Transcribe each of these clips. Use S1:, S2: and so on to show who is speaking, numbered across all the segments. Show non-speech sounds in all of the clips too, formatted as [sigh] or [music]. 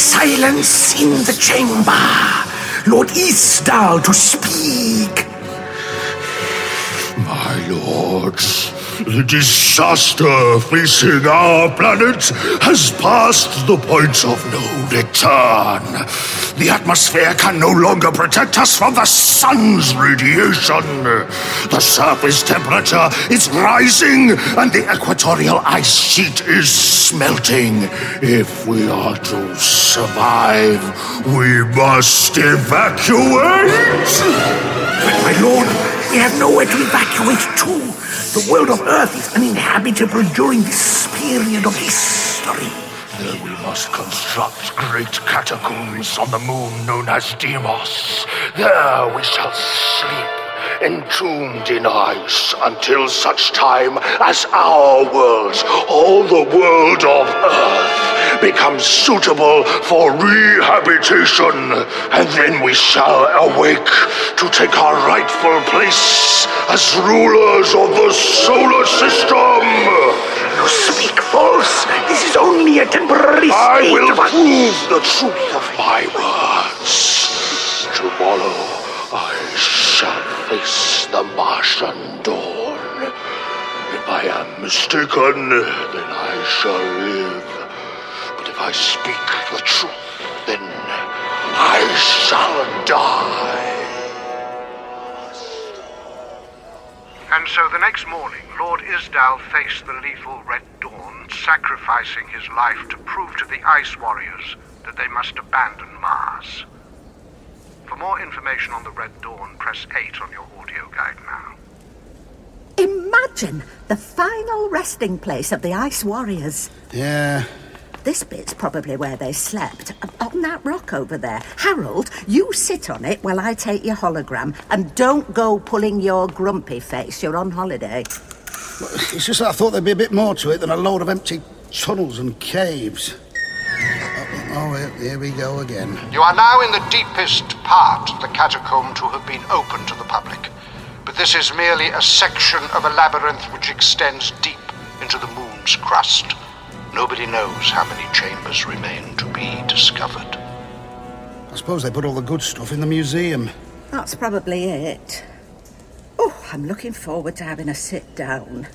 S1: silence in the chamber. Lord Eastdal to speak.
S2: My lords, the disaster facing our planet has passed the point of no return. The atmosphere can no longer protect us from the sun's radiation. The surface temperature is rising and the equatorial ice sheet is smelting. If we are to survive, we must evacuate!
S1: But my lord, we have nowhere to evacuate to. The world of Earth is uninhabitable during this period of history.
S2: Then we must construct great catacombs on the moon known as Deimos. There we shall sleep, entombed in ice, until such time as our world, all the world of Earth, becomes suitable for rehabilitation. And then we shall awake to take our rightful place as rulers of the solar system.
S1: You speak false. This is only a temporary
S2: I
S1: state.
S2: will
S1: of a-
S2: prove the truth of my words. Tomorrow, I shall face the Martian dawn. If I am mistaken, then I shall live. But if I speak the truth, then I shall die.
S3: And so the next morning, Lord Isdal faced the lethal Red Dawn, sacrificing his life to prove to the Ice Warriors that they must abandon Mars. For more information on the Red Dawn, press 8 on your audio guide now.
S4: Imagine the final resting place of the Ice Warriors.
S5: Yeah,
S4: This bit's probably where they slept, up on that rock over there. Harold, you sit on it while I take your hologram, and don't go pulling your grumpy face. You're on holiday.
S5: it's just that I thought there'd be a bit more to it than a load of empty tunnels and caves. Oh, oh, here- here we go again.
S3: You are now in the deepest part of the catacomb to have been open to the public, but this is merely a section of a labyrinth which extends deep into the moon's crust. Nobody knows how many chambers remain to be discovered.
S5: I suppose they put all the good stuff in the museum.
S4: That's probably it. Oh, I'm looking forward to having a sit down.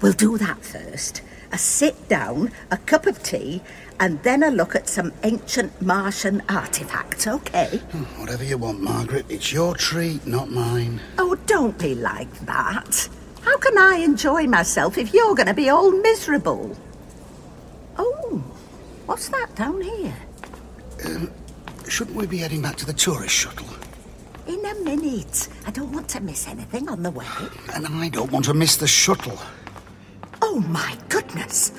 S4: We'll do that first. A sit down, a cup of tea, and then a look at some ancient Martian artifacts, okay?
S5: Whatever you want, Margaret. It's your treat, not mine.
S4: Oh, don't be like that. How can I enjoy myself if you're going to be all miserable? Oh, what's that down here?
S5: Um, Shouldn't we be heading back to the tourist shuttle?
S4: In a minute. I don't want to miss anything on the way.
S5: And I don't want to miss the shuttle.
S4: Oh my goodness!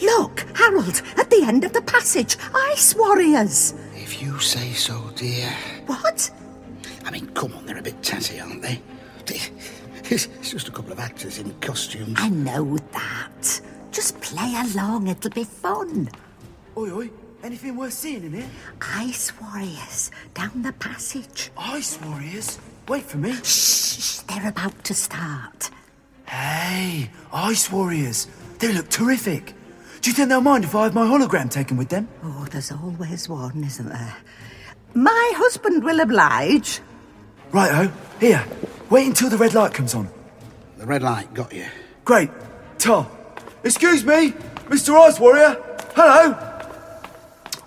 S4: Look, Harold, at the end of the passage, ice warriors.
S5: If you say so, dear.
S4: What?
S5: I mean, come on, they're a bit tatty, aren't they? It's it's just a couple of actors in costumes.
S4: I know that. Just play along, it'll be fun.
S6: Oi, oi, anything worth seeing in here?
S4: Ice warriors down the passage.
S6: Ice warriors? Wait for me.
S4: Shh, they're about to start.
S6: Hey, ice warriors. They look terrific. Do you think they'll mind if I have my hologram taken with them?
S4: Oh, there's always one, isn't there? My husband will oblige.
S6: Righto, here. Wait until the red light comes on.
S5: The red light got you.
S6: Great. Tar. Excuse me, Mr. Ice Warrior. Hello.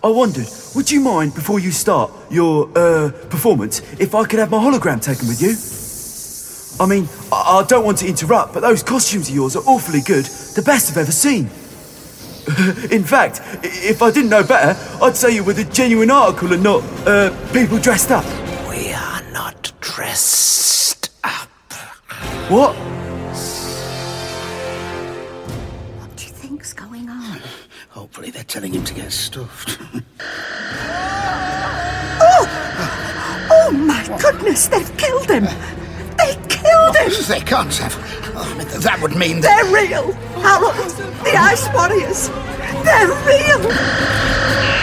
S6: I wondered, would you mind before you start your uh, performance if I could have my hologram taken with you? I mean, I-, I don't want to interrupt, but those costumes of yours are awfully good. The best I've ever seen. [laughs] In fact, i- if I didn't know better, I'd say you were the genuine article and not uh, people dressed up.
S1: We are not dressed up.
S6: What?
S4: What do you think's going on?
S5: Hopefully they're telling him to get stuffed.
S4: Oh my goodness, they've killed him! They killed him!
S5: they can't have. Oh, I mean, th- that would mean that.
S4: They're real! Harold, the Ice Warriors! They're real!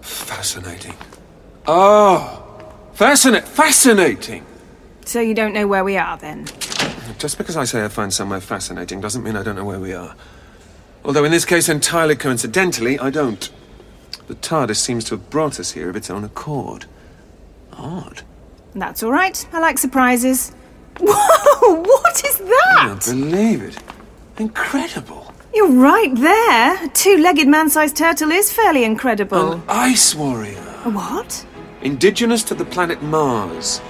S7: Fascinating. Oh, fascinating, fascinating.
S8: So you don't know where we are then?
S7: Just because I say I find somewhere fascinating doesn't mean I don't know where we are. Although in this case, entirely coincidentally, I don't. The TARDIS seems to have brought us here of its own accord. Odd.
S8: That's all right. I like surprises. [laughs] Whoa! What is
S7: I
S8: that?
S7: can't believe it. Incredible.
S8: You're right there. A two-legged man-sized turtle is fairly incredible.
S7: An ice warrior.
S8: A what?
S7: Indigenous to the planet Mars.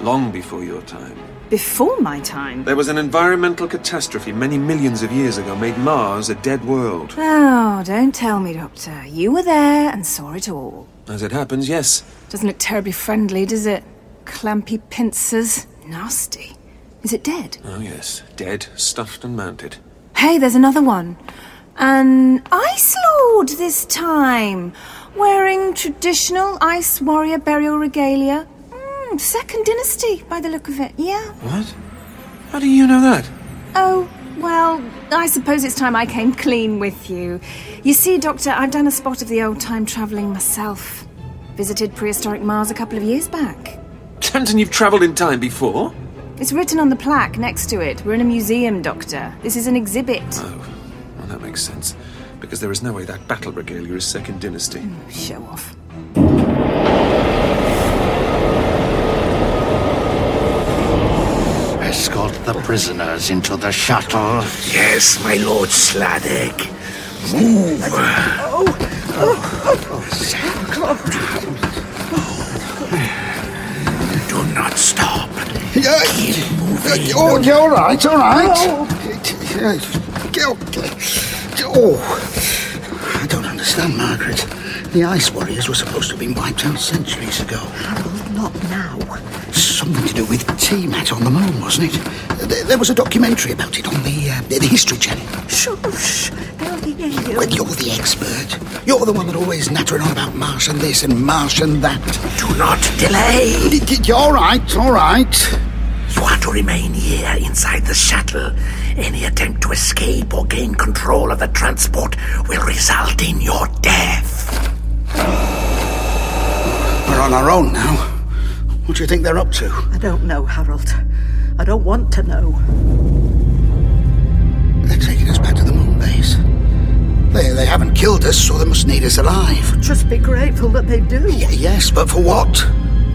S7: Long before your time.
S8: Before my time.
S7: There was an environmental catastrophe many millions of years ago made Mars a dead world.
S8: Oh, don't tell me, Doctor. You were there and saw it all.
S7: As it happens, yes.
S8: Doesn't look terribly friendly, does it? Clampy pincers. Nasty. Is it dead?
S7: Oh, yes. Dead, stuffed, and mounted.
S8: Hey, there's another one. An ice lord this time, wearing traditional ice warrior burial regalia. Mm, second dynasty, by the look of it. Yeah.
S7: What? How do you know that?
S8: Oh, well, I suppose it's time I came clean with you. You see, Doctor, I've done a spot of the old time travelling myself. Visited prehistoric Mars a couple of years back.
S7: Tanton, you've travelled in time before?
S8: It's written on the plaque next to it. We're in a museum, Doctor. This is an exhibit.
S7: Oh, well, that makes sense. Because there is no way that battle regalia is Second Dynasty.
S8: Show off.
S2: Escort the prisoners into the shuttle.
S1: Yes, my lord Sladek. Move. Do not stop.
S5: Yeah, oh, yeah, all right, all right. Yeah, go- Oh, I don't understand, Margaret. The Ice Warriors were supposed to have been wiped out centuries ago.
S4: Not now.
S5: Something to do with T-Mat on the moon, wasn't it? There, there was a documentary about it on the, uh, the History Channel.
S4: Shush! They'll hear you.
S5: Well, you're the expert. You're the one that always nattering on about Marsh and this and Marsh and that.
S1: Do not delay.
S5: D- d- All right, all right.
S1: You are to remain here inside the shuttle. Any attempt to escape or gain control of the transport will result in your death.
S5: We're on our own now. What do you think they're up to?
S4: I don't know, Harold. I don't want to know.
S5: They're taking us back to the moon base. They, they haven't killed us, so they must need us alive.
S4: Just be grateful that they do.
S5: Y- yes, but for what?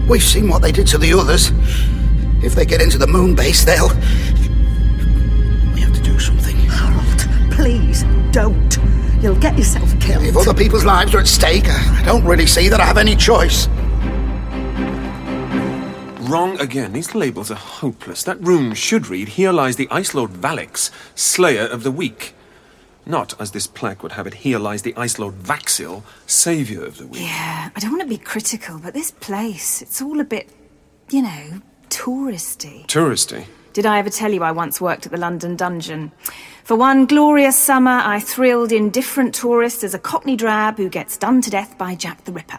S5: We've seen what they did to the others. If they get into the moon base, they'll. We have to do something.
S4: Harold, please don't. You'll get yourself
S5: If
S4: killed.
S5: other people's lives are at stake, I I don't really see that I have any choice.
S7: Wrong again. These labels are hopeless. That room should read Here lies the Ice Lord Valix, Slayer of the Weak. Not, as this plaque would have it, Here lies the Ice Lord Vaxil, Saviour of the Weak.
S8: Yeah, Uh, I don't want to be critical, but this place, it's all a bit, you know, touristy.
S7: Touristy.
S8: Did I ever tell you I once worked at the London Dungeon? For one glorious summer, I thrilled indifferent tourists as a cockney drab who gets done to death by Jack the Ripper.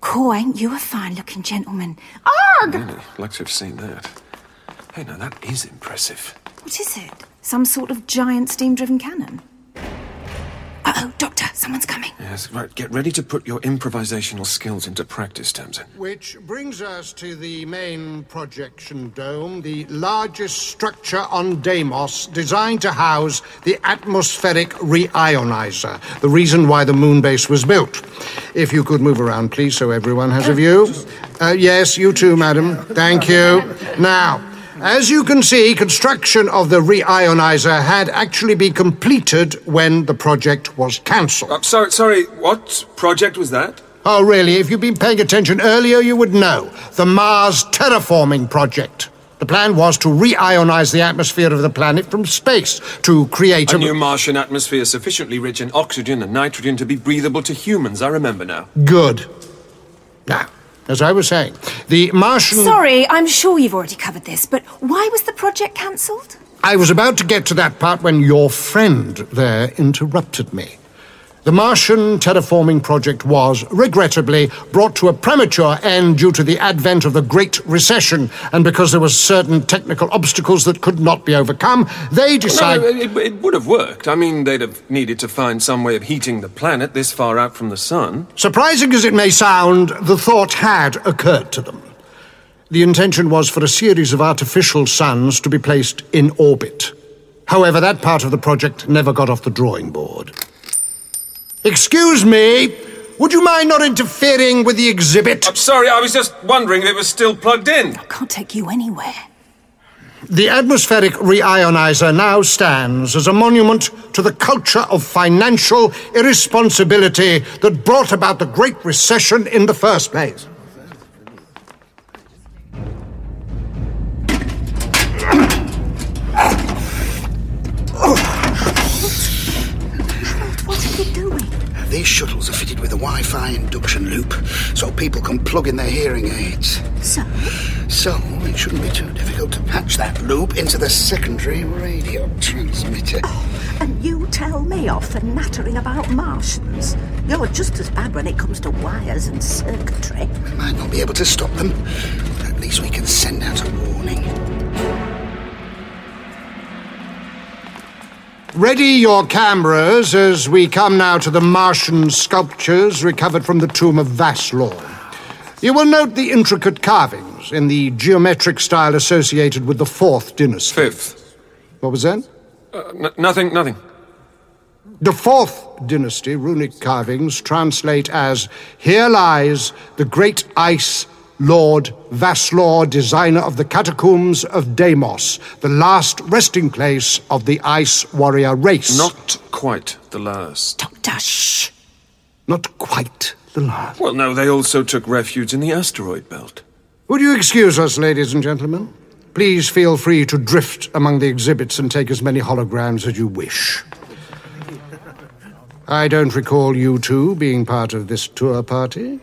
S8: Cool, ain't you a fine looking gentleman? Arg!
S7: Really, like to have seen that. Hey, now that is impressive.
S8: What is it? Some sort of giant steam driven cannon? Uh oh, Doctor, someone's coming.
S7: Yes, right. Get ready to put your improvisational skills into practice, Tamsin.
S9: Which brings us to the main projection dome, the largest structure on Deimos, designed to house the atmospheric reionizer, the reason why the moon base was built. If you could move around, please, so everyone has a view. Uh, yes, you too, madam. Thank you. Now, as you can see, construction of the reionizer had actually been completed when the project was cancelled.
S7: Uh, sorry, sorry, what project was that?
S9: Oh, really? If you'd been paying attention earlier, you would know. The Mars Terraforming Project. The plan was to reionize the atmosphere of the planet from space to create
S7: A new Martian atmosphere sufficiently rich in oxygen and nitrogen to be breathable to humans, I remember now.
S9: Good. Now, as I was saying, the Martian.
S8: Sorry, I'm sure you've already covered this, but why was the project cancelled?
S9: I was about to get to that part when your friend there interrupted me. The Martian terraforming project was, regrettably, brought to a premature end due to the advent of the Great Recession, and because there were certain technical obstacles that could not be overcome, they decided.
S7: No, it, it would have worked. I mean, they'd have needed to find some way of heating the planet this far out from the sun.
S9: Surprising as it may sound, the thought had occurred to them. The intention was for a series of artificial suns to be placed in orbit. However, that part of the project never got off the drawing board. Excuse me, would you mind not interfering with the exhibit?
S7: I'm Uh, sorry, I was just wondering if it was still plugged in.
S8: Can't take you anywhere.
S9: The atmospheric reionizer now stands as a monument to the culture of financial irresponsibility that brought about the Great Recession in the first place.
S5: These shuttles are fitted with a Wi Fi induction loop so people can plug in their hearing aids.
S4: So?
S5: So, it shouldn't be too difficult to patch that loop into the secondary radio transmitter.
S4: And you tell me off for nattering about Martians. You're just as bad when it comes to wires and circuitry.
S5: We might not be able to stop them, but at least we can send out a warning.
S9: Ready your cameras as we come now to the Martian sculptures recovered from the tomb of Vaslor. You will note the intricate carvings in the geometric style associated with the Fourth Dynasty.
S7: Fifth.
S9: What was that?
S7: Uh, n- nothing, nothing.
S9: The Fourth Dynasty runic carvings translate as Here lies the great ice lord Vaslor, designer of the catacombs of Deimos, the last resting place of the ice warrior race.
S7: Not quite the last.
S8: Dash.
S9: Not quite the last.
S7: Well, no, they also took refuge in the asteroid belt.
S9: Would you excuse us, ladies and gentlemen? Please feel free to drift among the exhibits and take as many holograms as you wish. I don't recall you two being part of this tour party.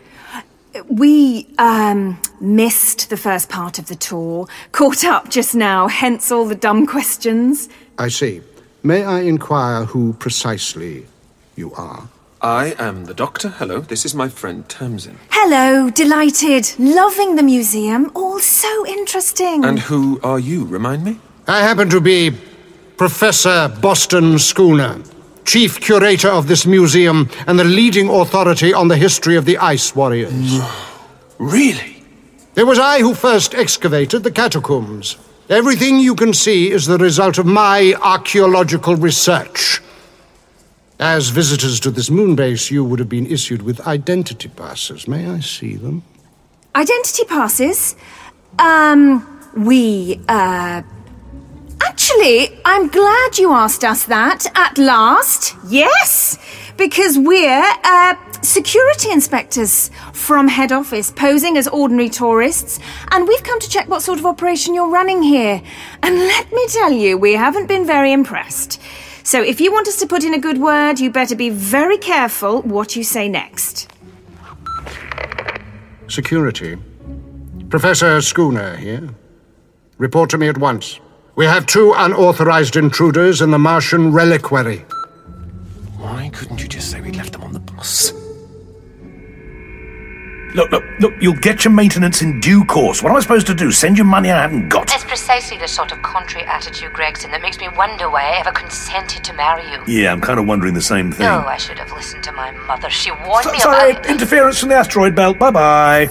S8: We um, missed the first part of the tour, caught up just now, hence all the dumb questions.
S9: I see. May I inquire who precisely you are?
S7: I am the doctor. Hello, this is my friend Tamsin.
S8: Hello, delighted, loving the museum, all so interesting.
S7: And who are you? Remind me?
S9: I happen to be Professor Boston Schooner, chief curator of this museum and the leading authority on the history of the Ice Warriors.
S7: [sighs] Really?
S9: It was I who first excavated the catacombs. Everything you can see is the result of my archaeological research. As visitors to this moon base, you would have been issued with identity passes. May I see them?
S8: Identity passes. Um, we, uh. Actually, I'm glad you asked us that at last. Yes! Because we're, uh, security inspectors from head office, posing as ordinary tourists, and we've come to check what sort of operation you're running here. And let me tell you, we haven't been very impressed. So if you want us to put in a good word, you better be very careful what you say next.
S9: Security. Professor Schooner here. Report to me at once. We have two unauthorized intruders in the Martian reliquary.
S1: Why couldn't you just say we left them on the bus? Look, look, look, you'll get your maintenance in due course. What am I supposed to do? Send you money I haven't got?
S10: That's precisely the sort of contrary attitude, Gregson, that makes me wonder why I ever consented to marry you.
S1: Yeah, I'm kind of wondering the same thing.
S10: No, I should have listened to my mother. She warned
S1: So-
S10: me
S1: sorry,
S10: about it.
S1: interference from the asteroid belt. Bye bye.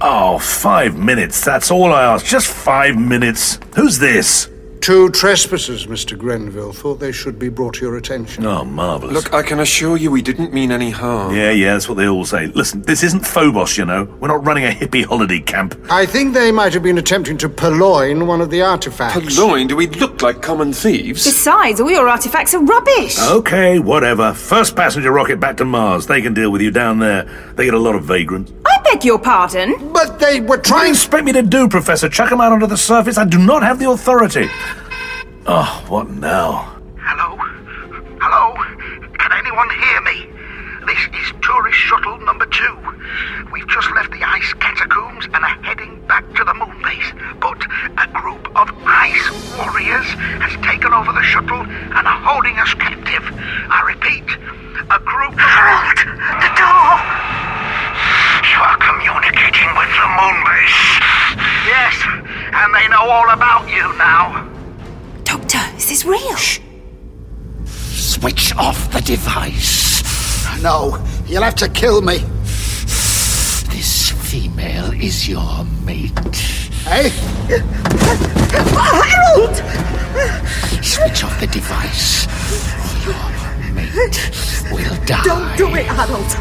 S1: Oh, five minutes. That's all I asked. Just five minutes. Who's this?
S9: Two trespassers, Mr. Grenville, thought they should be brought to your attention.
S1: Oh, marvellous.
S7: Look, I can assure you we didn't mean any harm.
S1: Yeah, yeah, that's what they all say. Listen, this isn't Phobos, you know. We're not running a hippie holiday camp.
S9: I think they might have been attempting to purloin one of the artifacts.
S7: Purloin, do we look like common thieves?
S8: Besides, all your artifacts are rubbish.
S1: Okay, whatever. First passenger rocket back to Mars. They can deal with you down there. They get a lot of vagrants. What
S8: I beg your pardon.
S9: But they were
S1: do you
S9: trying.
S1: expect me to do, Professor? Chuck them out onto the surface? I do not have the authority. Oh, what now?
S3: Hello? Hello? Can anyone hear me? This is tourist shuttle number two. We've just left the ice catacombs and are heading back to the moon base. But a group of ice warriors has taken over the shuttle and are holding us captive. I repeat, a group. Harold, the door. You are communicating with the moon base. Yes, and they know all about you now.
S8: Doctor, is this real?
S5: Switch off the device. No, you'll have to kill me.
S1: This female is your mate.
S5: Hey?
S4: Harold!
S1: Switch off the device, or your mate will die.
S4: Don't do it, Harold.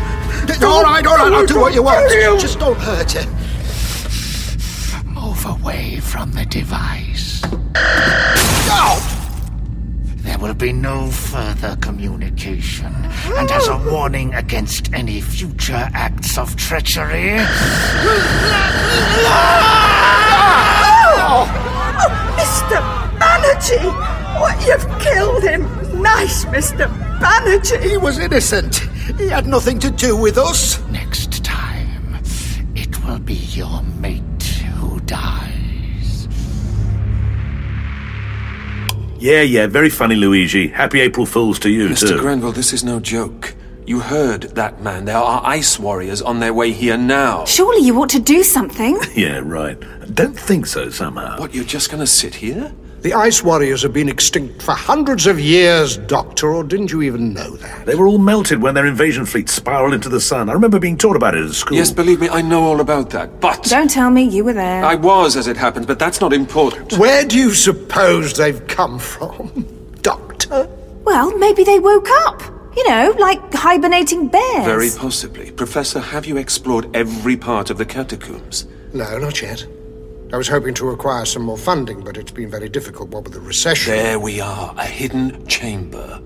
S5: all right, all right, I'll do what you want.
S4: Don't.
S5: Just don't hurt her.
S1: Move away from the device. There will be no further communication, and as a warning against any future acts
S4: [laughs]
S1: of treachery.
S4: Oh,
S1: Ah!
S4: Mr. Banerjee! What, you've killed him! Nice, Mr. Banerjee!
S5: He was innocent. He had nothing to do with us.
S1: Next time, it will be your mate who dies.
S11: Yeah, yeah, very funny, Luigi. Happy April Fools to you,
S7: Mr.
S11: too.
S7: Grenville, this is no joke. You heard that man. There are ice warriors on their way here now.
S8: Surely you ought to do
S7: [laughs]
S8: something.
S11: yeah, right. Don't think so somehow.
S7: What, you're just gonna sit here?
S9: The Ice Warriors have been extinct for hundreds of years, Doctor, or didn't you even know that?
S11: They were all melted when their invasion fleet spiraled into the sun. I remember being taught about it at school.
S7: Yes, believe me, I know all about that. But
S8: Don't tell me you were there.
S7: I was, as it happens, but that's not important.
S9: Where do you suppose they've come from, Doctor?
S8: Well, maybe they woke up. You know, like hibernating bears.
S7: Very possibly. Professor, have you explored every part of the catacombs?
S9: No, not yet. I was hoping to acquire some more funding, but it's been very difficult, what with the recession.
S7: There we are, a hidden chamber.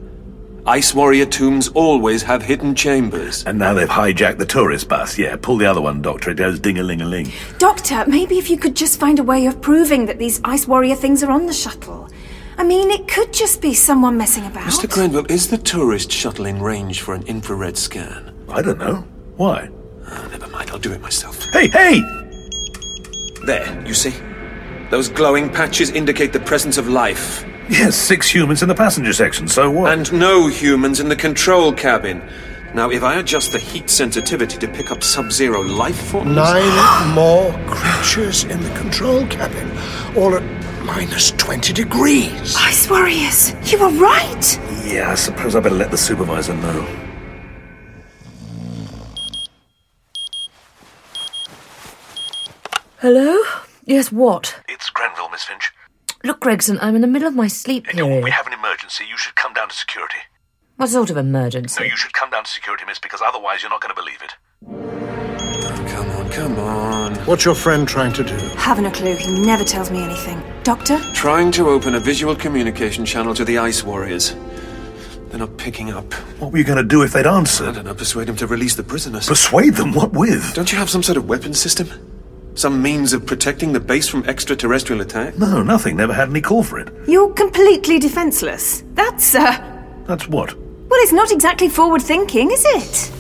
S7: Ice warrior tombs always have hidden chambers.
S11: And now they've hijacked the tourist bus. Yeah, pull the other one, Doctor. It goes ding a ling a ling.
S8: Doctor, maybe if you could just find a way of proving that these ice warrior things are on the shuttle. I mean, it could just be someone messing about.
S7: Mr. Grenville, is the tourist shuttle in range for an infrared scan?
S11: I don't know. Why?
S7: Oh, never mind, I'll do it myself.
S11: Hey, hey!
S7: There, you see? Those glowing patches indicate the presence of life.
S11: Yes, six humans in the passenger section, so what?
S7: And no humans in the control cabin. Now, if I adjust the heat sensitivity to pick up sub zero life forms.
S9: Nine more creatures in the control cabin, all at minus 20 degrees.
S8: Ice warriors! You were right!
S11: yeah, I suppose I better let the supervisor know.
S12: Hello? Yes, what?
S11: It's Grenville, Miss Finch.
S12: Look, Gregson, I'm in the middle of my sleep period.
S11: have an emergency. You should come down to security.
S12: What sort of emergency?
S11: should come down to security, miss, because otherwise you're not going to believe it.
S7: Come on, come on.
S9: What's your friend trying to do?
S8: Haven't a clue. He never tells me anything. Doctor?
S7: Trying to open a visual communication channel to the Ice Warriors. They're not picking up.
S11: What were you going to do if they'd
S7: I
S11: answered?
S7: don't know, persuade them to release the prisoners.
S11: Persuade them? What with?
S7: don't you have some sort of weapon system? Some means of protecting the base from extraterrestrial attack?
S11: No, nothing. Never had any call for it.
S8: You're completely defenseless. That's, uh.
S11: That's what?
S8: Well, it's not exactly forward thinking, is it?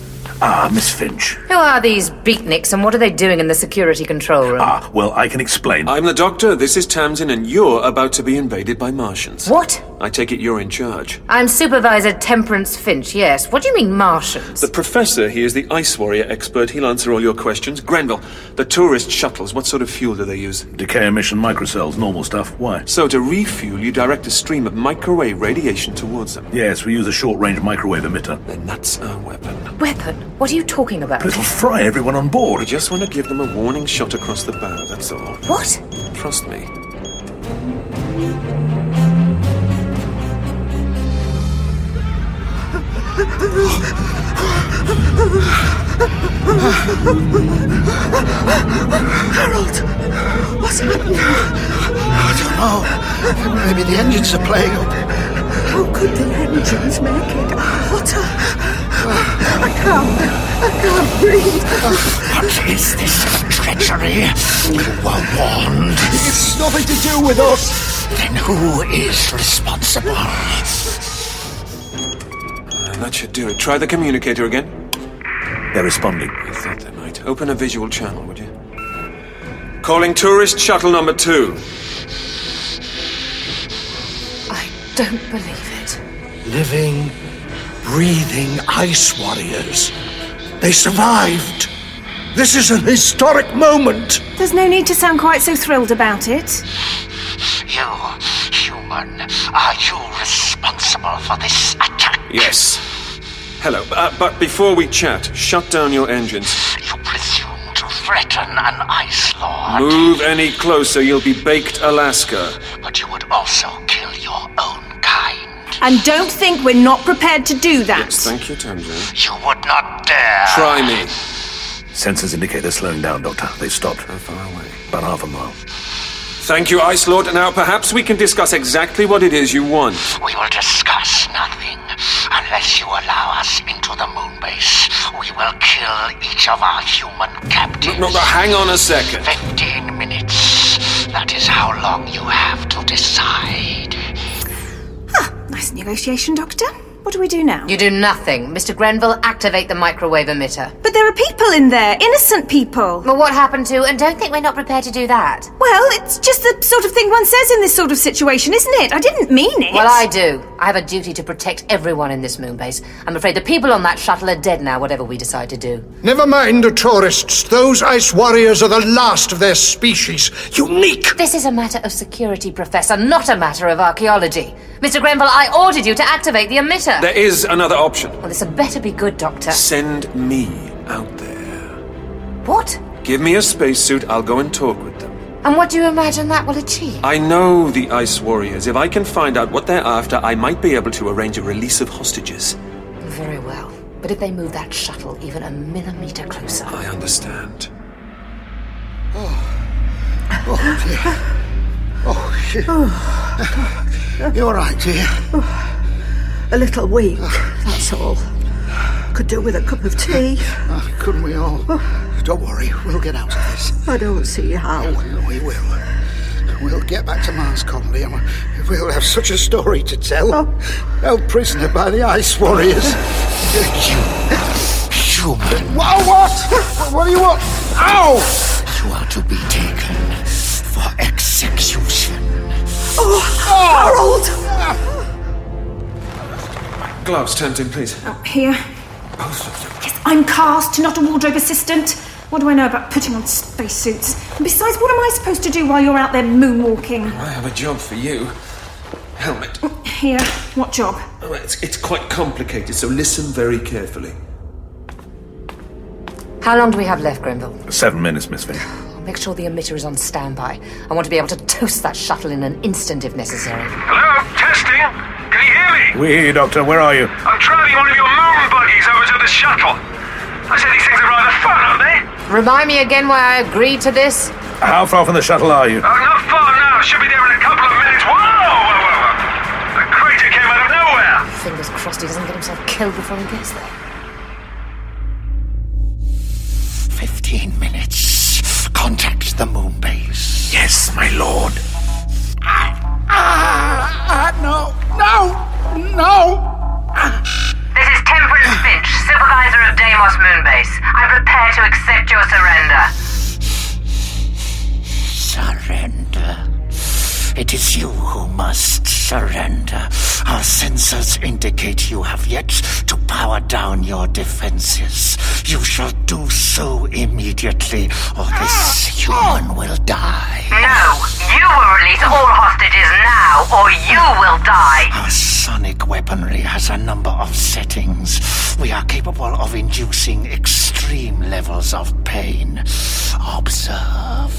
S11: Ah, Miss Finch.
S12: Who are these beatniks and what are they doing in the security control room?
S11: Ah, well, I can explain.
S7: I'm the doctor, this is Tamsin, and you're about to be invaded by Martians.
S12: What?
S7: I take it you're in charge.
S12: I'm Supervisor Temperance Finch, yes. What do you mean, Martians?
S7: The professor, he is the ice warrior expert. He'll answer all your questions. Grenville, the tourist shuttles, what sort of fuel do they use?
S11: Decay emission microcells, normal stuff. Why?
S7: So, to refuel, you direct a stream of microwave radiation towards them.
S11: Yes, we use a short range microwave emitter.
S7: Then that's our weapon.
S12: Weapon? What are you talking about?
S11: But it'll fry everyone on
S7: We
S11: board.
S7: just want to give them a warning shot across the bow, that's all.
S12: What?
S7: Trust me.
S4: Harold! What's happening?
S5: I don't know. Maybe the engines are playing up.
S4: How could the engines make it? What a... I can't... I can't breathe.
S1: What is this treachery? You were warned.
S5: It's nothing to do with us.
S1: Then who is responsible?
S7: Uh, that should do it. Try the communicator again.
S11: They're responding.
S7: I thought they might. Open a visual channel, would you? Calling tourist shuttle number two.
S13: Don't believe it.
S2: Living, breathing ice warriors. They survived. This is an historic moment.
S8: There's no need to sound quite so thrilled about it.
S1: You, human, are you responsible for this attack?
S7: Yes. Hello, uh, but before we chat, shut down your engines.
S1: You presume to threaten an ice lord,
S7: Move any closer, you'll be baked Alaska.
S1: but you would also kill your own kind.
S8: And don't think we're not prepared to do that.
S7: Yes, thank you, Tanjiro.
S1: You would not dare.
S7: Try me.
S11: Sensors indicate they're slowing down, Doctor. They've stopped. How far away? About half a mile.
S7: Thank you, Ice Lord. Now perhaps we can discuss exactly what it is you want.
S1: We will discuss nothing. Unless you allow us into the moon base, we will kill each of our human captives.
S7: No, no, hang on a second.
S1: Fifteen minutes. That is how long you have to decide.
S8: Nice negotiation, Doctor. What do we do now?
S12: You do nothing. Mr. Grenville, activate the microwave emitter.
S8: But there are people in there, innocent people.
S12: Well, what happened to, and don't think we're not prepared to do that.
S8: Well, it's just the sort of thing one says in this sort of situation, isn't it? I didn't mean it.
S12: Well, I do. I have a duty to protect everyone in this moon base. I'm afraid the people on that shuttle are dead now, whatever we decide to do.
S9: Never mind the tourists. Those ice warriors are the last of their species. Unique!
S12: This is a matter of security, Professor, not a matter of archaeology. Mr. Grenville, I ordered you to activate the emitter.
S7: There is another option.
S12: Well, this had better be good, Doctor.
S7: Send me out there.
S12: What?
S7: Give me a spacesuit, I'll go and talk with them.
S12: And what do you imagine that will achieve?
S7: I know the Ice Warriors. If I can find out what they're after, I might be able to arrange a release of hostages.
S12: Very well. But if they move that shuttle even a millimeter closer.
S7: I understand.
S5: Oh, dear. Oh, shit. You all right, dear?
S4: A little weak, that's all. Could do with a cup of tea.
S5: Ah, couldn't we all? Don't worry, we'll get out of this. Oh,
S4: I don't see how.
S5: We will. We'll get back to Mars Connolly and we'll have such a story to tell.
S4: Oh.
S5: Held prisoner by the Ice Warriors.
S1: You,
S5: Wow, what?
S1: [laughs]
S5: What do you want? Ow!
S1: you are to be taken for execution.
S4: Oh, Harold!
S7: Gloves, Tamsin, please.
S8: Here. Yes, I'm cast, not a wardrobe assistant. What do I know about putting on spacesuits? And besides, what am I supposed to do while you're out there moonwalking?
S7: I have a job for you. Helmet.
S8: Here, what job?
S7: Oh, It's, it's quite complicated, so listen very carefully.
S12: How long do we have left, Grenville?
S11: Seven minutes, Miss Finch.
S12: I'll make sure the emitter is on standby. I want to be able to toast that shuttle in an instant if necessary.
S13: Hello? Testing? Can you hear me?
S11: We, Doctor, where are you?
S13: I'm driving one of your moon buggies over to the shuttle. I said these things are rather fun, aren't they?
S12: Remind me again why I agreed to this.
S11: How far from the shuttle are you?
S13: Oh, not far now. Should be there in a couple of minutes. Whoa! whoa, whoa, whoa. The crater came out of nowhere.
S12: Fingers crossed he doesn't get himself killed before he gets there.
S1: Fifteen minutes. Contact the moon base. Yes, my lord.
S5: Ah, no, no, no!
S10: This is Temperance Finch, supervisor of Deimos Moonbase. I prepare to accept your surrender.
S1: Surrender. It is you who must surrender. Our sensors indicate you have yet to power down your defenses. You shall do so immediately, or this human will die.
S10: No, you will release all hostages now, or you will die.
S1: Our sonic weaponry has a number of settings. We are capable of inducing extreme levels of pain. Observe.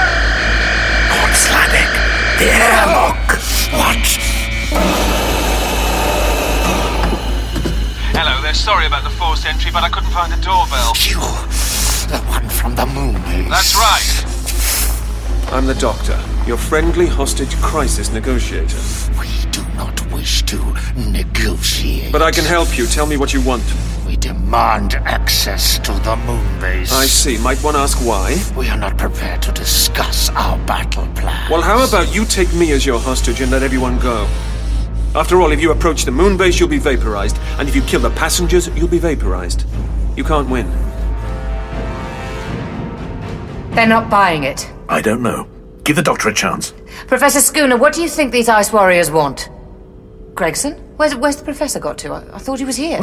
S1: Lord Slavic, the airlock. What?
S14: Hello there, sorry about the forced entry, but I couldn't find the doorbell.
S1: You, the one from the moon.
S14: That's right.
S7: I'm the doctor, your friendly hostage crisis negotiator.
S1: We do not wish to negotiate.
S7: But I can help you. Tell me what you want.
S1: We demand access to the moon base.
S7: I see. Might one ask why?
S1: We are not prepared to discuss our battle plan.
S7: Well, how about you take me as your hostage and let everyone go? After all, if you approach the moon base, you'll be vaporized. And if you kill the passengers, you'll be vaporized. You can't win.
S12: They're not buying it.
S11: I don't know. Give the doctor a chance.
S12: Professor Schooner, what do you think these ice warriors want? Gregson? Where's, where's the professor got to? I, I thought he was here.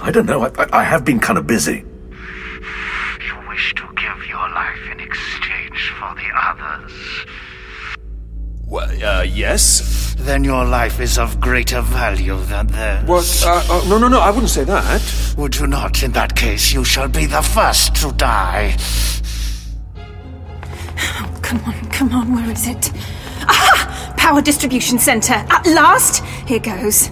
S11: I don't know. I, I, I have been kind of busy.
S15: You wish to give your life in exchange for the others.
S7: Well, uh, yes.
S1: Then your life is of greater value than theirs.
S7: What? Uh, uh, no, no, no, I wouldn't say that.
S1: Would you not? In that case, you shall be the first to die.
S8: Come on, come on, where is it? Ah! Power distribution centre, at last! Here goes.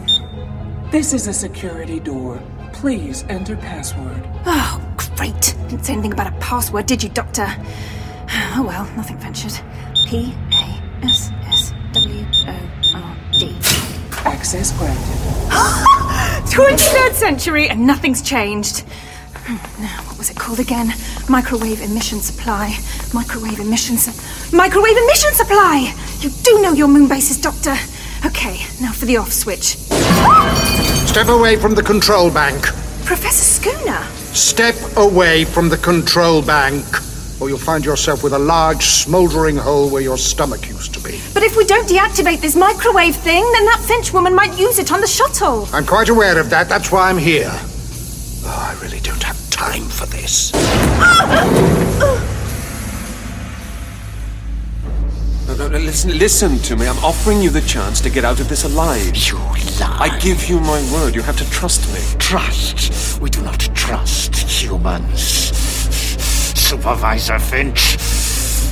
S16: This is a security door. Please enter password.
S8: Oh, great. Didn't say anything about a password, did you, Doctor? Oh well, nothing ventured. P A S S W O R D.
S16: Access granted.
S8: 23rd century and nothing's changed. Hmm, Now, what was it called again? Microwave emission supply. Microwave emission su- Microwave emission supply! You do know your moon bases, Doctor. Okay, now for the off switch.
S9: Step away from the control bank.
S8: Professor Schooner!
S9: Step away from the control bank, or you'll find yourself with a large, smouldering hole where your stomach used to be.
S8: But if we don't deactivate this microwave thing, then that Finch woman might use it on the shuttle.
S9: I'm quite aware of that. That's why I'm here. Oh, I really don't have time for this.
S7: No, no, no, listen, listen to me. I'm offering you the chance to get out of this alive. You lie. I give you my word. You have to trust me.
S1: Trust? We do not trust humans. Supervisor Finch,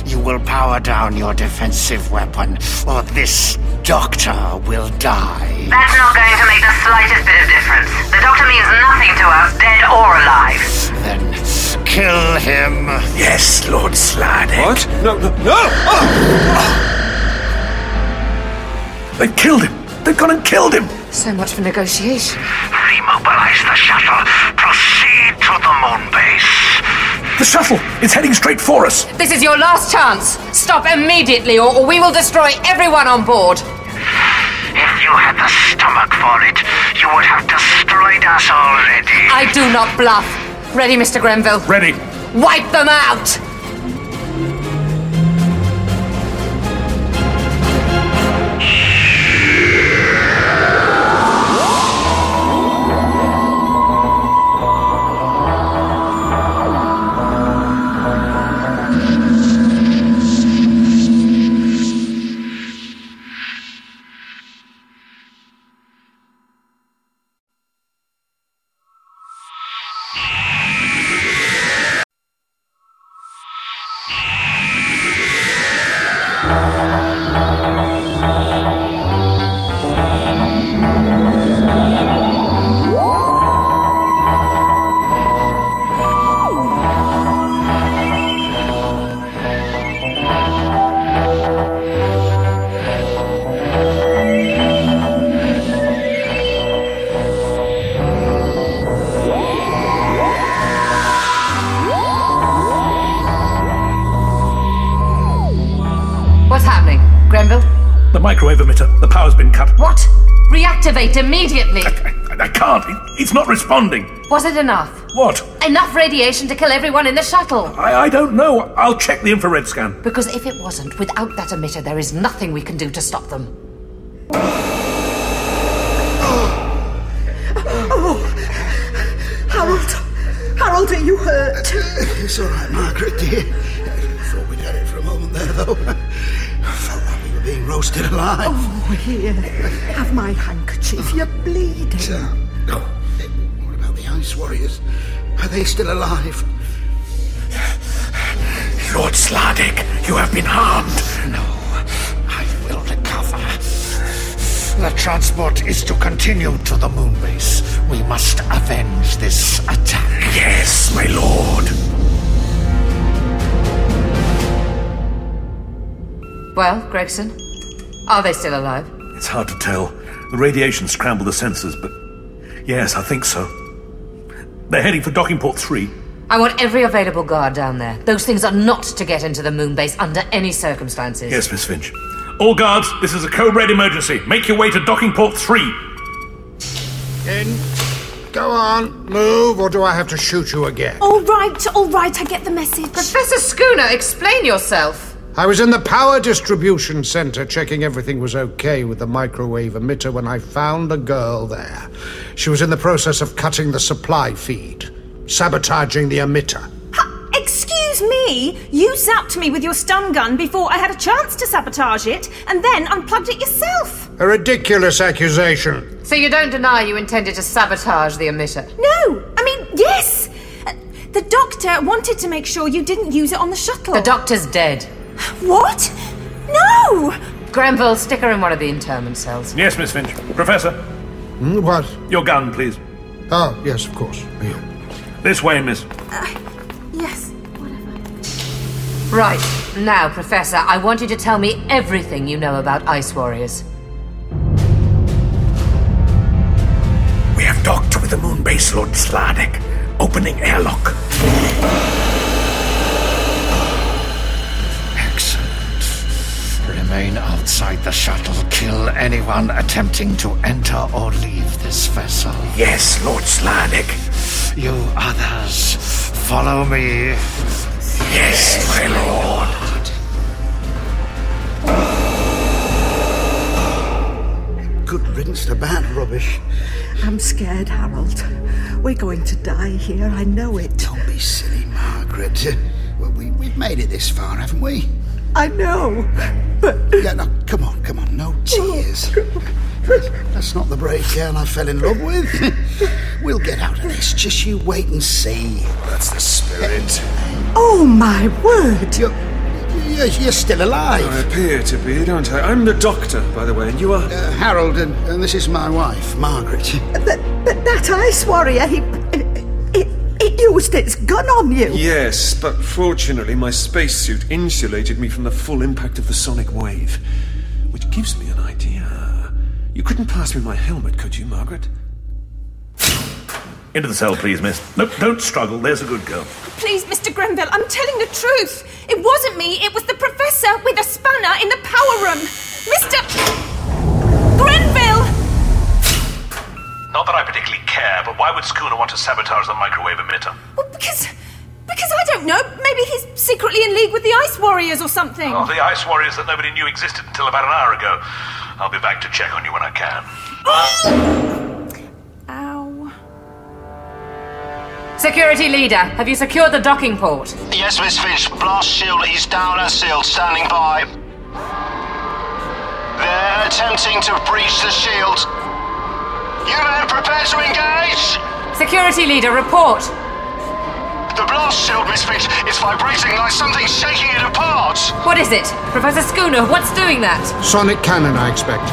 S1: you will power down your defensive weapon, or this doctor will die.
S10: That's not going to make the slightest bit of difference. The doctor means nothing to us, dead or alive.
S1: Then kill him.
S7: Yes, Lord Slardek. What? No, no, no!
S1: Ah!
S7: Oh!
S11: They've killed him. They've gone and killed him.
S12: So much for negotiation.
S15: Remobilize the shuttle. Proceed to the moon base.
S11: The shuttle. It's heading straight for us.
S12: This is your last chance. Stop immediately, or, or we will destroy everyone on board.
S15: If you had the stomach for it, you would have destroyed us already.
S12: I do not bluff. Ready, Mr. Grenville?
S11: Ready.
S12: Wipe them out! What's happening, Grenville?
S11: The microwave emitter. The power's been cut.
S12: What? Reactivate immediately.
S11: I can't. It, it's not responding.
S12: Was it enough?
S11: What?
S12: Enough radiation to kill everyone in the shuttle.
S11: I, I don't know. I'll check the infrared scan.
S12: Because if it wasn't, without that emitter, there is nothing we can do to stop them.
S4: Oh, Harold. Harold, are you hurt?
S5: It's all right, Margaret, dear. Thought we'd had it for a moment there, though. Felt like we were being roasted alive.
S4: Oh, here. Have my handkerchief. You're bleeding.
S5: What about the Ice Warriors? Are they still alive?
S11: Lord Slardek, you have been harmed.
S1: will recover. The transport is to continue to the moon base. We must avenge this attack.
S11: Yes, my lord.
S12: Well, Gregson, are they still alive?
S11: It's hard to tell. The radiation scrambled the sensors, but yes, I think so. They're heading for docking port three.
S12: I want every available guard down there. Those things are not to get into the moon base under any circumstances.
S11: Yes, Miss Finch. All guards, this is a code red emergency. Make your way to docking port 3.
S9: In. Go on, move, or do I have to shoot you again?
S8: All right, all right, I get the message.
S12: Professor Schooner, explain yourself.
S9: I was in the power distribution center checking everything was okay with the microwave emitter when I found a girl there. She was in the process of cutting the supply feed, sabotaging the emitter.
S8: Excuse me, you zapped me with your stun gun before I had a chance to sabotage it, and then unplugged it yourself.
S9: A ridiculous accusation.
S12: So you don't deny you intended to sabotage the emitter?
S8: No, I mean, yes! Uh, The doctor wanted to make sure you didn't use it on the shuttle.
S12: The doctor's dead.
S8: What? No!
S12: Grenville, stick her in one of the internment cells.
S11: Yes, Miss Finch. Professor.
S9: Hmm, what?
S11: Your gun, please.
S9: Oh, yes, of course.
S11: This way, Miss.
S8: Yes.
S12: Right, now, Professor, I want you to tell me everything you know about Ice Warriors.
S15: We have docked with the moon base, Lord Slardek. Opening airlock.
S1: Remain outside the shuttle. Kill anyone attempting to enter or leave this vessel.
S15: Yes, Lord Slardek.
S1: You
S11: [laughs]
S1: others, follow me.
S15: Yes, my lord.
S5: Good riddance to bad rubbish.
S4: I'm scared, Harold. We're going to die here, I know it. Don't
S5: be silly, Margaret. Uh, well, we, we've made it this far, haven't we?
S4: I know, but. Oh,
S5: Yeah, no, come on, come on, no tears. That's not the brave girl I fell in love with. we'll get out of this. Just you wait and see. That's the spirit.
S4: Oh, my word!
S5: You're, you're, you're still alive.
S7: I appear to be, don't I? I'm the doctor, by the way, and you are.
S5: Uh, Harold, and, and this is my wife, Margaret.
S4: But that ice warrior, he. It, it used its gun on you.
S7: Yes, but fortunately, my spacesuit insulated me from the full impact of the sonic wave, which gives me an idea. You couldn't pass me my helmet, could you, Margaret?
S11: Into the cell, please, Miss. Nope, don't struggle. There's a good girl.
S8: Please, Mr. Grenville, I'm telling the truth. It wasn't me, it was the professor with a spanner in the power room. Mr. Grenville!
S11: Not that I particularly care, but why would Schooner want to sabotage the microwave emitter?
S8: Well, because. Because I don't know. Maybe he's secretly in league with the Ice Warriors or something.
S11: Oh, the ice warriors that nobody knew existed until about an hour ago. I'll be back to check on you when I can.
S8: Ow.
S12: Security leader, have you secured the docking port?
S15: Yes, Miss Finch. Blast shield is down and sealed, standing by. They're attempting to breach the shield. You men prepare to engage!
S12: Security leader, report.
S15: The blast shield, Miss Finch, is vibrating like something's shaking it apart!
S12: What is it? Professor Schooner, what's doing that?
S9: Sonic cannon, I expect.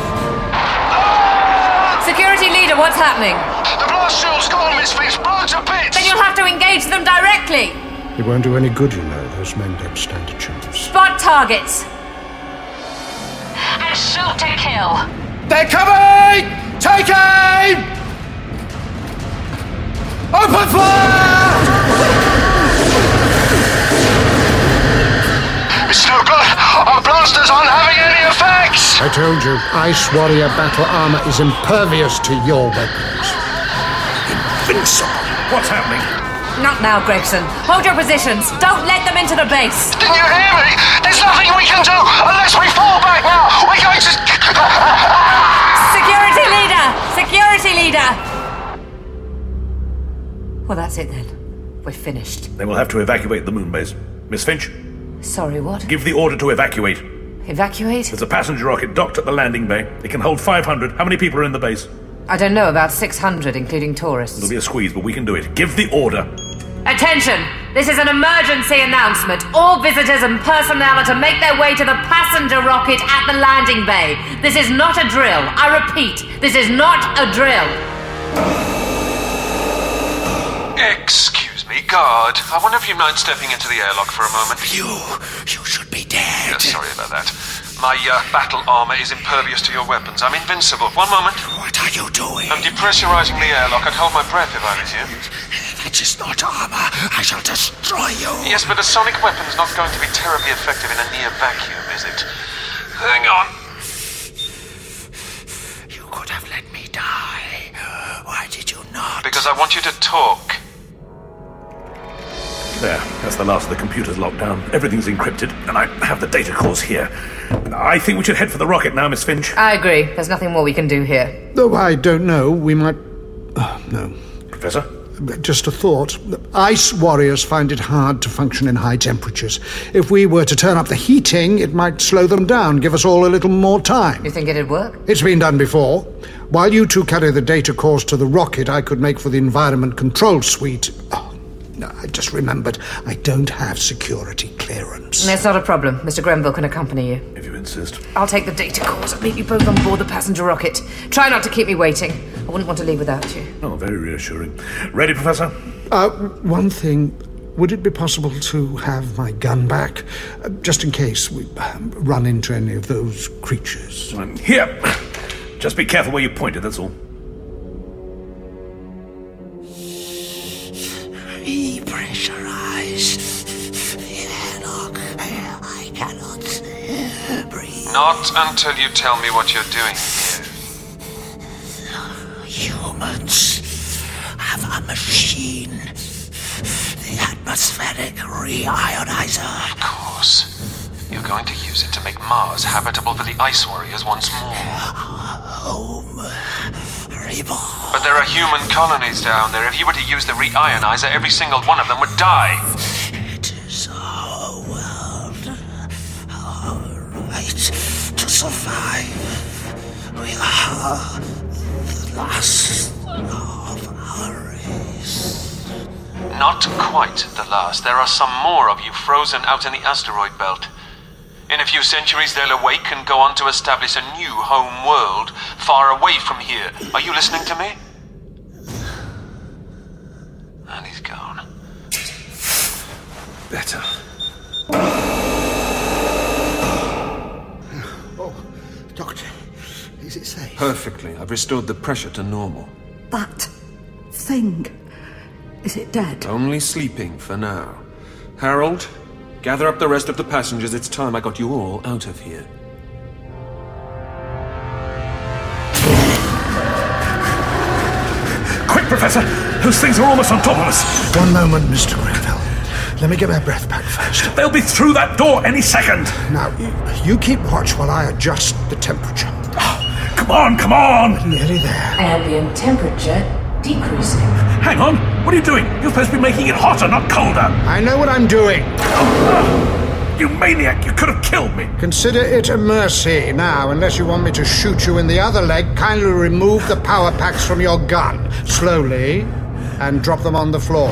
S12: Security leader, what's happening?
S15: The blast shield's gone, Miss Finch, blown to bits!
S12: Then you'll have to engage them directly.
S9: It won't do any good, you know. Those men don't stand a chance.
S12: Spot targets.
S10: And shoot to kill.
S15: They're coming! Take aim! Open fire! Mr. O'Clock, our blasters aren't having any effects!
S9: I told you, Ice Warrior battle armor is impervious to your weapons.
S11: What's happening?
S12: Not now, Gregson. Hold your positions. Don't let them into the base.
S15: Didn't you hear me? There's nothing we can do unless we fall back now! We're going to...
S12: Security leader! Security leader! Well, that's it then. We're finished.
S11: They will have to evacuate the moon base. Miss Finch,
S12: Sorry, what?
S11: give the order to evacuate.
S12: Evacuate?
S11: There's a passenger rocket docked at the landing bay. It can hold 500. How many people are in the base?
S12: I don't know, about 600, including tourists.
S11: It'll be a squeeze, but we can do it. Give the order.
S12: Attention! This is an emergency announcement. All visitors and personnel are to make their way to the passenger rocket at the landing bay. This is not a drill. I repeat, this is not a drill.
S14: Excuse me, guard. I wonder if you mind stepping into the airlock for a moment. You, you should be dead. sorry about that. My uh, battle armor is impervious to your weapons. I'm invincible. One moment. What are you doing? I'm depressurizing the airlock. I'd hold my breath if I was you.
S1: That is not armor. I shall destroy you.
S14: Yes, but a sonic weapon's not going to be terribly effective in a near vacuum, is it? Hang on. I want you to talk.
S11: There, that's the last of the computer's locked down. Everything's encrypted, and I have the data cores here. I think we should head for the rocket now, Miss Finch.
S12: I agree. There's nothing more we can do here.
S9: Though I don't know, we might. Oh, no.
S11: Professor?
S9: Just a thought. Ice warriors find it hard to function in high temperatures. If we were to turn up the heating, it might slow them down, give us all a little more time.
S12: You think it'd work?
S9: It's been done before. While you two carry the data cores to the rocket, I could make for the environment control suite. Oh, no, I just remembered I don't have security clearance.
S12: That's not a problem. Mr. Grenville can accompany you.
S11: If you insist.
S12: I'll take the data cores and meet you both on board the passenger rocket. Try not to keep me waiting. I wouldn't want to leave without you.
S11: Oh, very reassuring. Ready, Professor?
S9: Uh, one thing. Would it be possible to have my gun back? Uh, just in case we um, run into any of those creatures.
S11: I'm here! Just be careful where you point it, that's all.
S1: Repressurized. Airlock. I cannot uh, breathe.
S14: Not until you tell me what you're doing here.
S1: Humans have a machine. The atmospheric reionizer.
S14: Of course. You're going to use it to make Mars habitable for the Ice Warriors once more. Home.
S1: Reborn.
S14: But there are human colonies down there. If you were to use the reionizer, every single one of them would die.
S1: right to survive. We are the last of our race.
S14: Not quite the last. There are some more of you frozen out in the asteroid belt. In a few centuries, they'll awake and go on to establish a new home world far away from here. Are you listening to me? And he's gone.
S7: Better.
S5: Doctor, is it safe?
S7: Perfectly. I've restored the pressure to normal.
S4: That thing. Is it dead?
S7: Only sleeping for now. Harold, gather up the rest of the passengers. It's time I got you all out of here.
S11: Quick, Professor! Those things are almost on top of us!
S5: One moment, Mr. Grenville. Let me get my breath back first.
S11: They'll be through that door any second!
S5: Now, you- you keep watch while I adjust the temperature.
S11: Come on, come on!
S5: Nearly there.
S10: Ambient temperature decreasing.
S11: Hang on! What are you doing? You're supposed to be making it hotter, not colder!
S9: I know what I'm doing.
S11: You maniac! You could have killed me!
S9: Consider it a mercy. Now, unless you want me to shoot you in the other leg, kindly remove the power packs from your gun, slowly, and drop them on the floor.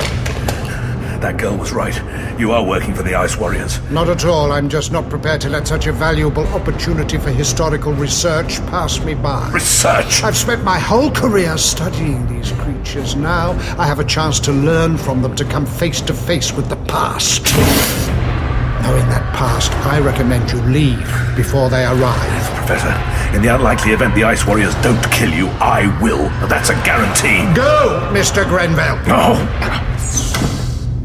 S11: That girl was right. You are working for the Ice Warriors.
S9: Not at all. I'm just not prepared to let such a valuable opportunity for historical research pass me by.
S11: Research?
S9: I've spent my whole career studying these creatures. Now I have a chance to learn from them, to come face to face with the past. Knowing that past, I recommend you leave before they arrive.
S11: Professor, in the unlikely event the Ice Warriors don't kill you, I will. That's a guarantee.
S9: Go, Mr. Grenville!
S11: Oh!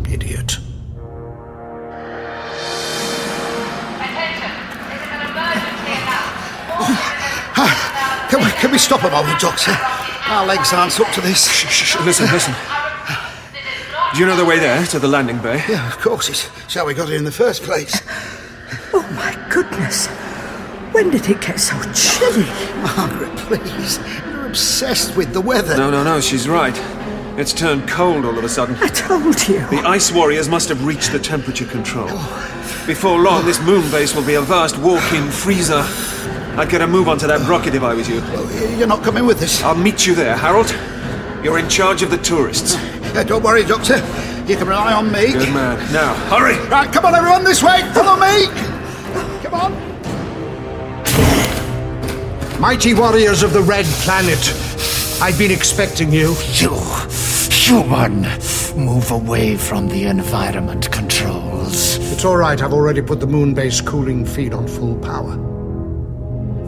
S9: Idiot.
S5: [sighs] Can we, can we stop a moment, Doctor? Our legs aren't up to this.
S7: Listen, listen. Do you know the way there to the landing bay?
S5: Yeah, of course. It's, it's how we got here in the first place.
S4: Oh my goodness. When did it get so chilly?
S5: Margaret, please. You're obsessed with the weather.
S7: No, no, no, she's right. It's turned cold all of a sudden.
S4: I told you.
S7: The ice warriors must have reached the temperature control.
S5: Oh.
S7: Before long, this moon base will be a vast walk-in freezer. I'd get a move onto that rocket if I was you.
S5: You're not coming with us.
S7: I'll meet you there, Harold. You're in charge of the tourists.
S5: Yeah, don't worry, Doctor. You can rely on me.
S7: Good man. Now,
S11: Hurry!
S5: Right, come on, everyone, this way. Follow me. Come on.
S9: Mighty warriors of the Red Planet, I've been expecting you.
S1: You, human, move away from the environment controls.
S9: It's all right, I've already put the moon base cooling feed on full power.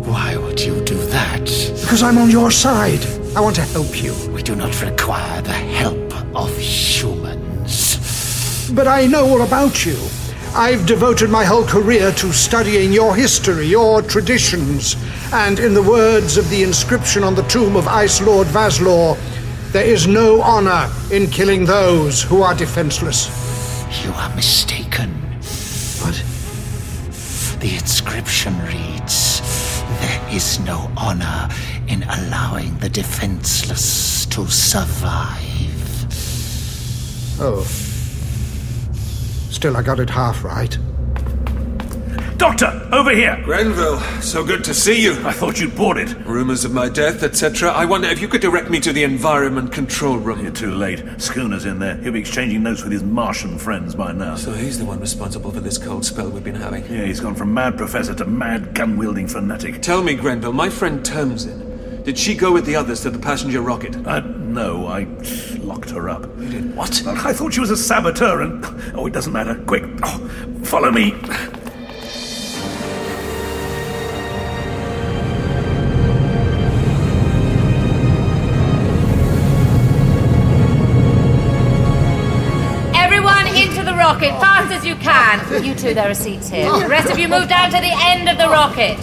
S1: Why would you do that?
S9: Because I'm on your side. I want to help you.
S1: We do not require the help of humans.
S9: But I know all about you. I've devoted my whole career to studying your history, your traditions, and in the words of the inscription on the tomb of Ice Lord Vaslor, There is no honor in killing those who are defenseless.
S1: You are mistaken. What? The inscription reads There is no honor in allowing the defenseless to survive.
S9: Oh. Still, I got it half right.
S11: Doctor, over here!
S7: Grenville, so good to see you. I
S11: thought you'd bought it.
S7: Rumors of my death, etc. I wonder if you could direct me to the environment control room.
S11: You're too late. Schooner's in there. He'll be exchanging notes with his Martian friends by now.
S7: So he's the one responsible for this cold spell we've been having.
S11: Yeah, he's gone from mad professor to mad gun wielding fanatic.
S7: Tell me, Grenville, my friend Tamsin, did she go with the others to the passenger rocket?
S11: Uh, no, I locked her up. You
S7: did what?
S11: I thought she was a saboteur and. Oh, it doesn't matter. Quick, oh, follow me.
S12: Everyone into the rocket, fast as you can. You two, there are seats here. The rest of you move down to the end of the rocket.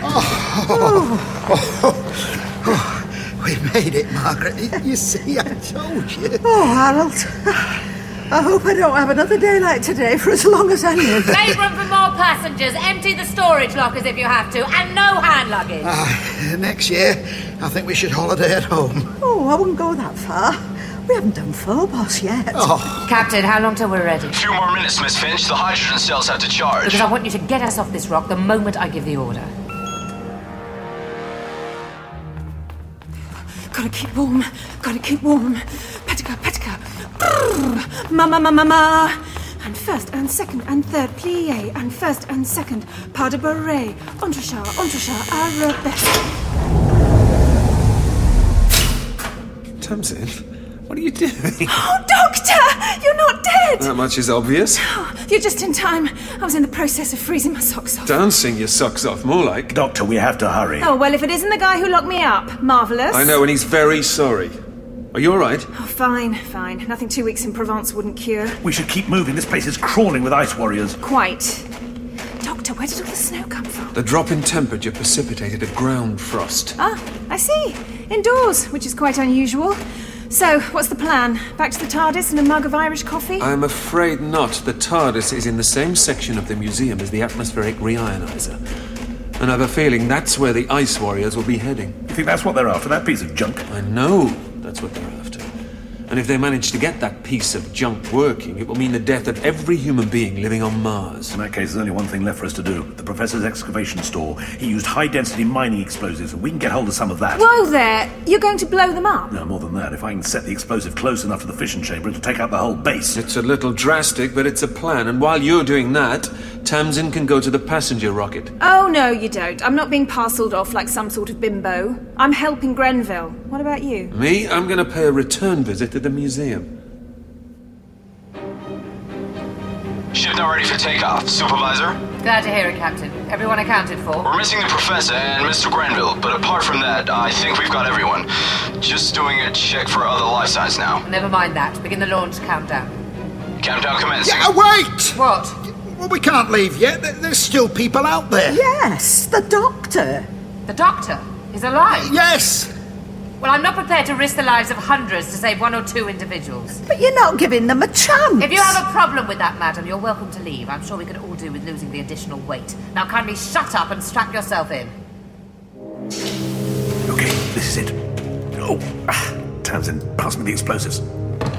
S4: Oh.
S5: [laughs] We made it, Margaret. You- You see, I told you.
S4: Oh, Harold. I hope I don't have another day like today for as long as I live.
S12: Make room for more passengers. Empty the storage lockers if you have to, and no hand luggage.
S5: Ah, next year, I think we should holiday at home.
S4: Oh, I wouldn't go that far. We haven't done Phobos yet.
S5: Oh.
S12: Captain, how long till we're ready?
S15: Few more minutes, Miss Finch. The hydrogen cells have to charge.
S12: Because I want you to get us off this rock the moment I give the order.
S8: Gotta keep warm. Gotta keep warm. Petica, petica. Brrr. Ma, ma, ma, ma, ma. And first and second and third plie. And first and second pas de barre. Entrechat, entrechat, arabesque.
S7: Tamsin, what are you doing?
S8: Oh, doctor! You're not dead!
S7: that much is obvious.
S8: You're just in time. I was in the process of freezing my socks off.
S7: Dancing your socks off, more like.
S11: Doctor, we have to hurry.
S8: Oh, well, if it isn't the guy who locked me up. Marvellous.
S7: I know, and he's very sorry. Are you all right?
S8: Oh, fine, fine. Nothing two weeks in Provence wouldn't cure.
S11: We should keep moving. This place is crawling with ice warriors.
S8: Quite. Doctor, where did all the snow come from?
S7: The drop in temperature precipitated a ground frost.
S8: Ah, I see. Indoors, which is quite unusual. So, what's the plan? Back to the TARDIS and a mug of Irish coffee?
S7: I'm afraid not. The TARDIS is in the same section of the museum as the atmospheric reionizer. And I've a feeling that's where the ice warriors will be heading.
S11: You think that's what they're after, that piece of junk?
S7: I know that's what they're after. And if they manage to get that piece of junk working, it will mean the death of every human being living on Mars.
S11: In that case, there's only one thing left for us to do. The professor's excavation store. He used high density mining explosives. We can get hold of some of that.
S8: Whoa there! You're going to blow them up?
S11: No, more than that. If I can set the explosive close enough to the fission chamber, it'll take out the whole base.
S7: It's a little drastic, but it's a plan. And while you're doing that, Tamsin can go to the passenger rocket.
S8: Oh, no, you don't. I'm not being parcelled off like some sort of bimbo. I'm helping Grenville. What about you?
S7: Me, I'm going to pay a return visit to the museum.
S15: Ship now ready for takeoff. Supervisor,
S12: Glad to hear it, Captain. Everyone accounted for.
S15: we're missing the professor and Mr. Granville, but apart from that, I think we've got everyone. Just doing a check for other life signs now.
S12: Never mind that. Begin the launch countdown.
S15: Countdown commencing.
S5: Yeah, wait!
S12: What?
S5: Well, we can't leave yet. There- There's still people out there.
S4: Yes, the doctor.
S12: The doctor is alive.
S5: Yes!
S12: Well, I'm not prepared to risk the lives of hundreds to save one or two individuals.
S4: But you're not giving them a chance.
S12: If you have a problem with that, madam, you're welcome to leave. I'm sure we could all do with losing the additional weight. Now, kindly shut up and strap yourself in.
S11: Okay, this is it. Oh, ah, Tamsin, pass me the explosives.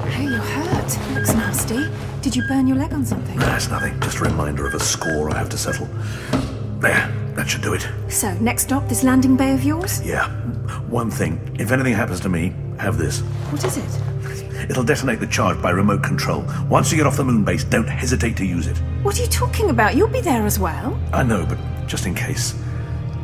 S8: Hey, you're hurt. Looks nasty. Did you burn your leg on something?
S11: That's nothing. Just a reminder of a score I have to settle. There, that should do it.
S8: So, next stop, this landing bay of yours?
S11: Yeah. One thing. If anything happens to me, have this.
S8: What is it?
S11: It'll detonate the charge by remote control. Once you get off the moon base, don't hesitate to use it.
S8: What are you talking about? You'll be there as well.
S11: I know, but just in case.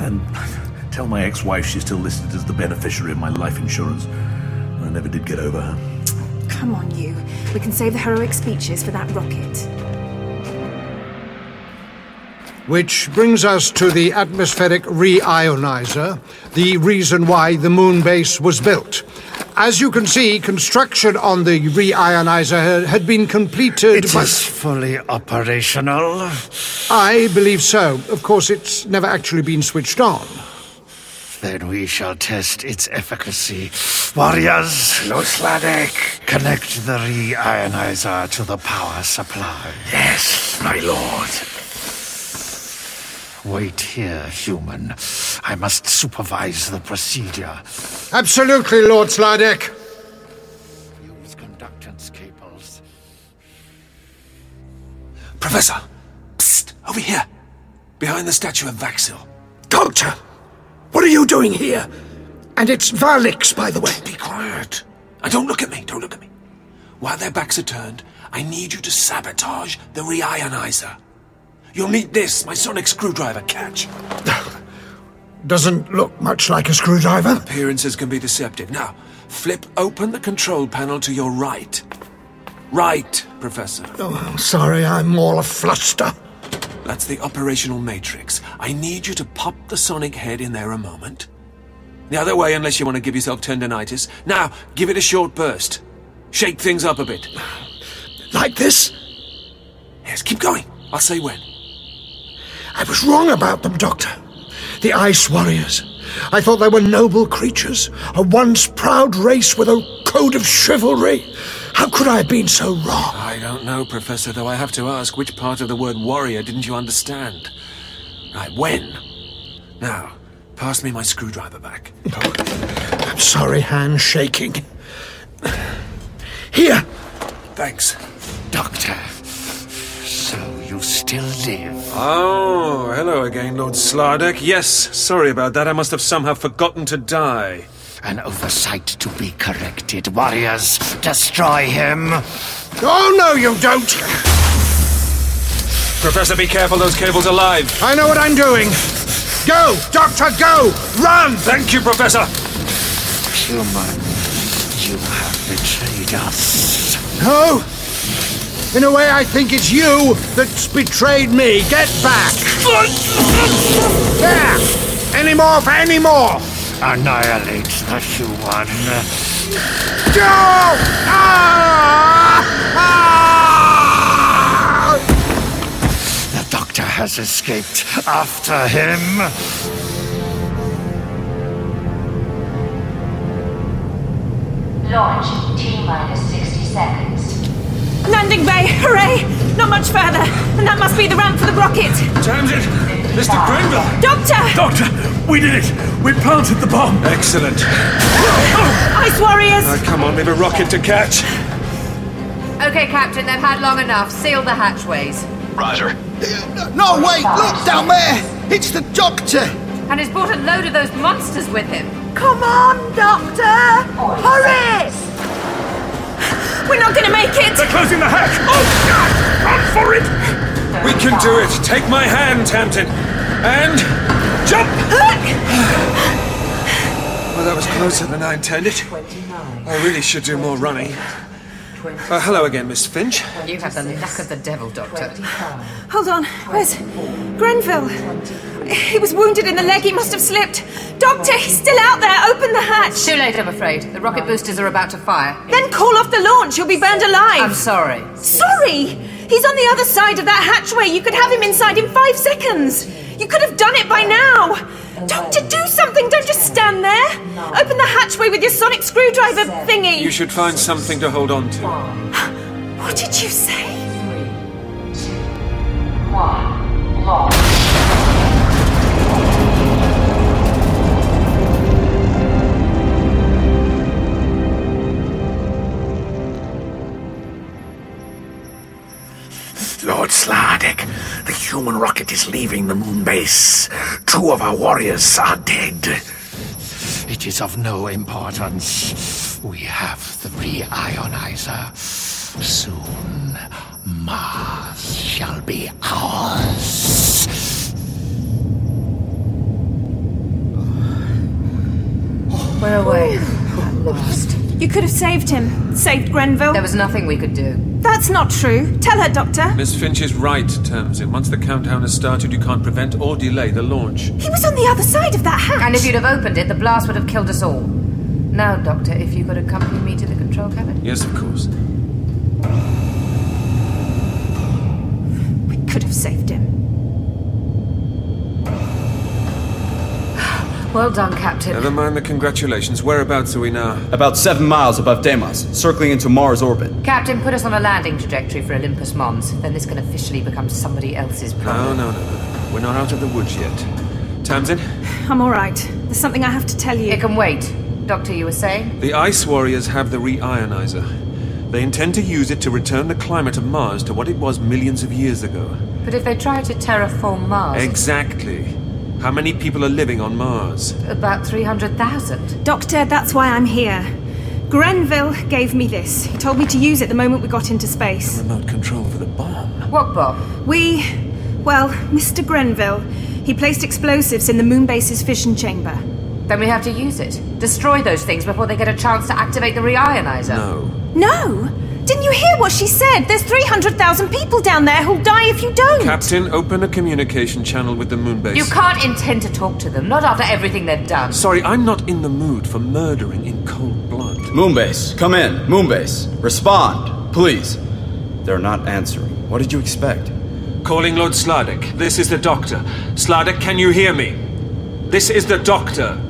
S11: And [laughs] tell my ex wife she's still listed as the beneficiary of my life insurance. I never did get over her.
S8: Come on, you. We can save the heroic speeches for that rocket.
S9: Which brings us to the atmospheric reionizer, the reason why the moon base was built. As you can see, construction on the reionizer had been completed.
S15: It
S9: by-
S15: is
S9: fully operational. I believe so. Of course, it's never actually been switched on.
S1: Then we shall test its efficacy. Warriors!
S2: Nosladek.
S1: Connect the re-ionizer to the power supply.
S2: Yes, my lord.
S1: Wait here, human. I must supervise the procedure.
S9: Absolutely, Lord Sladek.
S1: Conductance cables.
S7: Professor! Psst! Over here! Behind the statue of Vaxil. Doctor! What are you doing here? And it's Valix, by the way. Be quiet. And don't look at me, don't look at me. While their backs are turned, I need you to sabotage the reionizer. You'll need this, my sonic screwdriver catch.
S9: [sighs] Doesn't look much like a screwdriver.
S7: Appearances can be deceptive. Now, flip open the control panel to your right. Right, Professor.
S9: Oh, sorry, I'm all a fluster.
S7: That's the operational matrix. I need you to pop the sonic head in there a moment. The other way, unless you want to give yourself tendonitis. Now, give it a short burst. Shake things up a bit. Like this? Yes, keep going. I'll say when.
S9: I was wrong about them, Doctor. The Ice Warriors. I thought they were noble creatures, a once proud race with a code of chivalry. How could I have been so wrong?
S7: I don't know, Professor, though I have to ask which part of the word warrior didn't you understand? Right, when? Now, pass me my screwdriver back.
S9: I'm sorry, hand shaking. Here!
S7: Thanks.
S1: Doctor. So you still live.
S7: Oh, hello again, Lord Slardek. Yes, sorry about that. I must have somehow forgotten to die.
S1: An oversight to be corrected. Warriors, destroy him.
S9: Oh, no, you don't!
S7: Professor, be careful, those cables are live.
S9: I know what I'm doing. Go, Doctor, go! Run!
S7: Thank you, Professor!
S1: Human, you have betrayed us.
S9: No! In a way, I think it's you that's betrayed me. Get back! There! Any more for any more!
S1: Annihilate the human.
S9: Go! Ah! Ah!
S1: The doctor has escaped. After him.
S17: Launch T minus 60 seconds.
S8: Landing bay, hooray! Not much further, and that must be the ramp for the rocket.
S7: Time's it! Mr. Grenville!
S8: Doctor!
S11: Doctor, we did it! We planted the bomb!
S7: Excellent.
S8: Ice warriors!
S7: Now, come on, we've a rocket to catch.
S12: Okay, Captain, they've had long enough. Seal the hatchways.
S18: Roger.
S5: No, wait, look down there! It's the doctor!
S12: And he's brought a load of those monsters with him.
S8: Come on, Doctor! Hurry! We're not gonna make it!
S11: They're closing the hatch! Oh, God! Run for it!
S7: We can do it. Take my hand, Hampton. And jump! Well, that was closer than I intended. I really should do more running. Uh, hello again, Miss Finch.
S12: You have the luck of the devil, Doctor.
S8: Hold on, where's Grenville? He was wounded in the leg, he must have slipped. Doctor, he's still out there, open the hatch!
S12: Too late, I'm afraid. The rocket boosters are about to fire.
S8: Then call off the launch, you'll be burned alive!
S12: I'm sorry.
S8: Sorry! He's on the other side of that hatchway. You could have him inside in five seconds. You could have done it by now. Doctor, do something. Don't just stand there. Open the hatchway with your sonic screwdriver thingy.
S7: You should find something to hold on to.
S8: What did you say?
S2: Lord Slardek, the human rocket is leaving the moon base. Two of our warriors are dead.
S1: It is of no importance. We have the re-ionizer. Soon, Mars shall be ours.
S12: We're away. I'm lost.
S8: You could have saved him. Saved Grenville.
S12: There was nothing we could do.
S8: That's not true. Tell her, Doctor.
S7: Miss Finch is right, Tamsin. Once the countdown has started, you can't prevent or delay the launch.
S8: He was on the other side of that hatch.
S12: And if you'd have opened it, the blast would have killed us all. Now, Doctor, if you could accompany me to the control cabin.
S7: Yes, of course.
S8: We could have saved him.
S12: Well done, Captain.
S7: Never mind the congratulations. Whereabouts are we now?
S19: About seven miles above Deimos, circling into Mars orbit.
S12: Captain, put us on a landing trajectory for Olympus Mons. Then this can officially become somebody else's
S7: No,
S12: problem.
S7: no, no, no. We're not out of the woods yet. Tamsin,
S8: I'm all right. There's something I have to tell you. It
S12: can wait. Doctor, you were saying?
S7: the Ice Warriors have the reionizer. They intend to use it to return the climate of Mars to what it was millions of years ago.
S12: But if they try to terraform Mars,
S7: Exactly. How many people are living on Mars?
S12: about 300,000.
S8: Doctor, that's why I'm here. Grenville gave me this. He told me to use it the moment we got into space.
S7: Remote control for the bomb.
S12: What bomb?
S8: We. Well, Mr. Grenville. He placed explosives in the moon base's fission chamber.
S12: Then we have to use it. Destroy those things before they get a chance to activate the reionizer.
S7: No.
S8: No! Didn't you hear what she said? There's 300,000 people down there who'll die if you don't!
S7: Captain, open a communication channel with the moon base.
S12: You can't intend to talk to them, not after everything they've done.
S7: Sorry, I'm not in the mood for murdering in cold blood.
S19: Moonbase, come in. Moonbase, respond, please. They're not answering. What did you expect?
S7: Calling Lord Sladek. This is the doctor. Sladek, can you hear me? This is the doctor.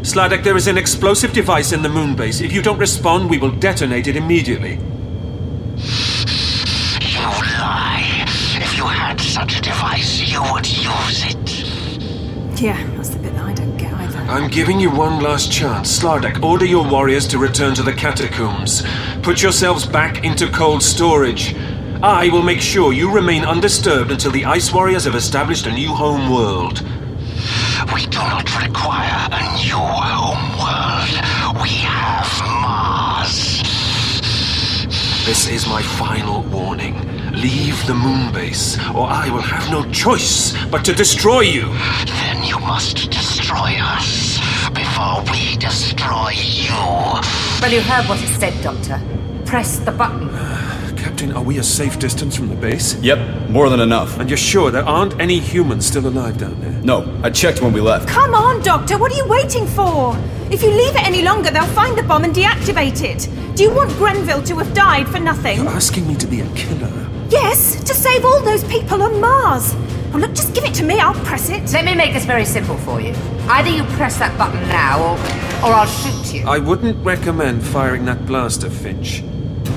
S7: Sladek, there is an explosive device in the moon base. If you don't respond, we will detonate it immediately.
S1: You lie. If you had such a device, you would use it.
S8: Yeah, that's the bit that I don't get either.
S7: I'm giving you one last chance. Slardek, order your warriors to return to the catacombs. Put yourselves back into cold storage. I will make sure you remain undisturbed until the Ice Warriors have established a new home world.
S1: We do not require a new home world. We have Mars.
S7: This is my final warning. Leave the moon base, or I will have no choice but to destroy you.
S1: Then you must destroy us before we destroy you.
S12: Well, you heard what it said, Doctor. Press the
S7: [sighs]
S12: button.
S7: Captain, are we a safe distance from the base?
S19: Yep, more than enough.
S7: And you're sure there aren't any humans still alive down there?
S19: No, I checked when we left.
S8: Come on, Doctor, what are you waiting for? If you leave it any longer, they'll find the bomb and deactivate it. Do you want Grenville to have died for nothing?
S7: Asking me to be a killer.
S8: Yes, to save all those people on Mars. Oh, look, just give it to me, I'll press it.
S12: Let me make this very simple for you. Either you press that button now, or, or I'll shoot you.
S7: I wouldn't recommend firing that blaster, Finch.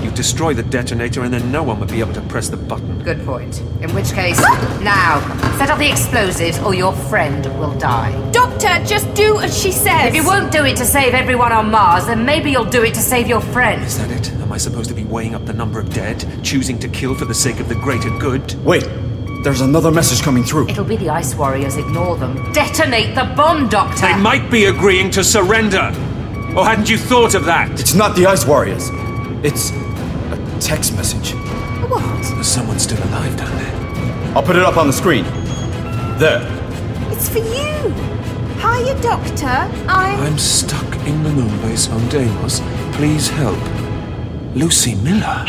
S7: You destroy the detonator and then no one would be able to press the button.
S12: Good point. In which case,
S8: Ah!
S12: now, set off the explosives, or your friend will die.
S8: Doctor, just do as she says.
S12: If you won't do it to save everyone on Mars, then maybe you'll do it to save your friend.
S7: Is that it? Am I supposed to be weighing up the number of dead, choosing to kill for the sake of the greater good?
S19: Wait, there's another message coming through.
S12: It'll be the Ice Warriors, ignore them. Detonate the bomb, Doctor!
S7: They might be agreeing to surrender! Or hadn't you thought of that?
S19: It's not the Ice Warriors. It's a text message.
S8: What?
S7: There's someone still alive down there.
S19: I'll put it up on the screen. There.
S8: It's for you. Hiya, Doctor. I'm.
S7: I'm stuck in the moon base on Deimos. Please help. Lucy Miller.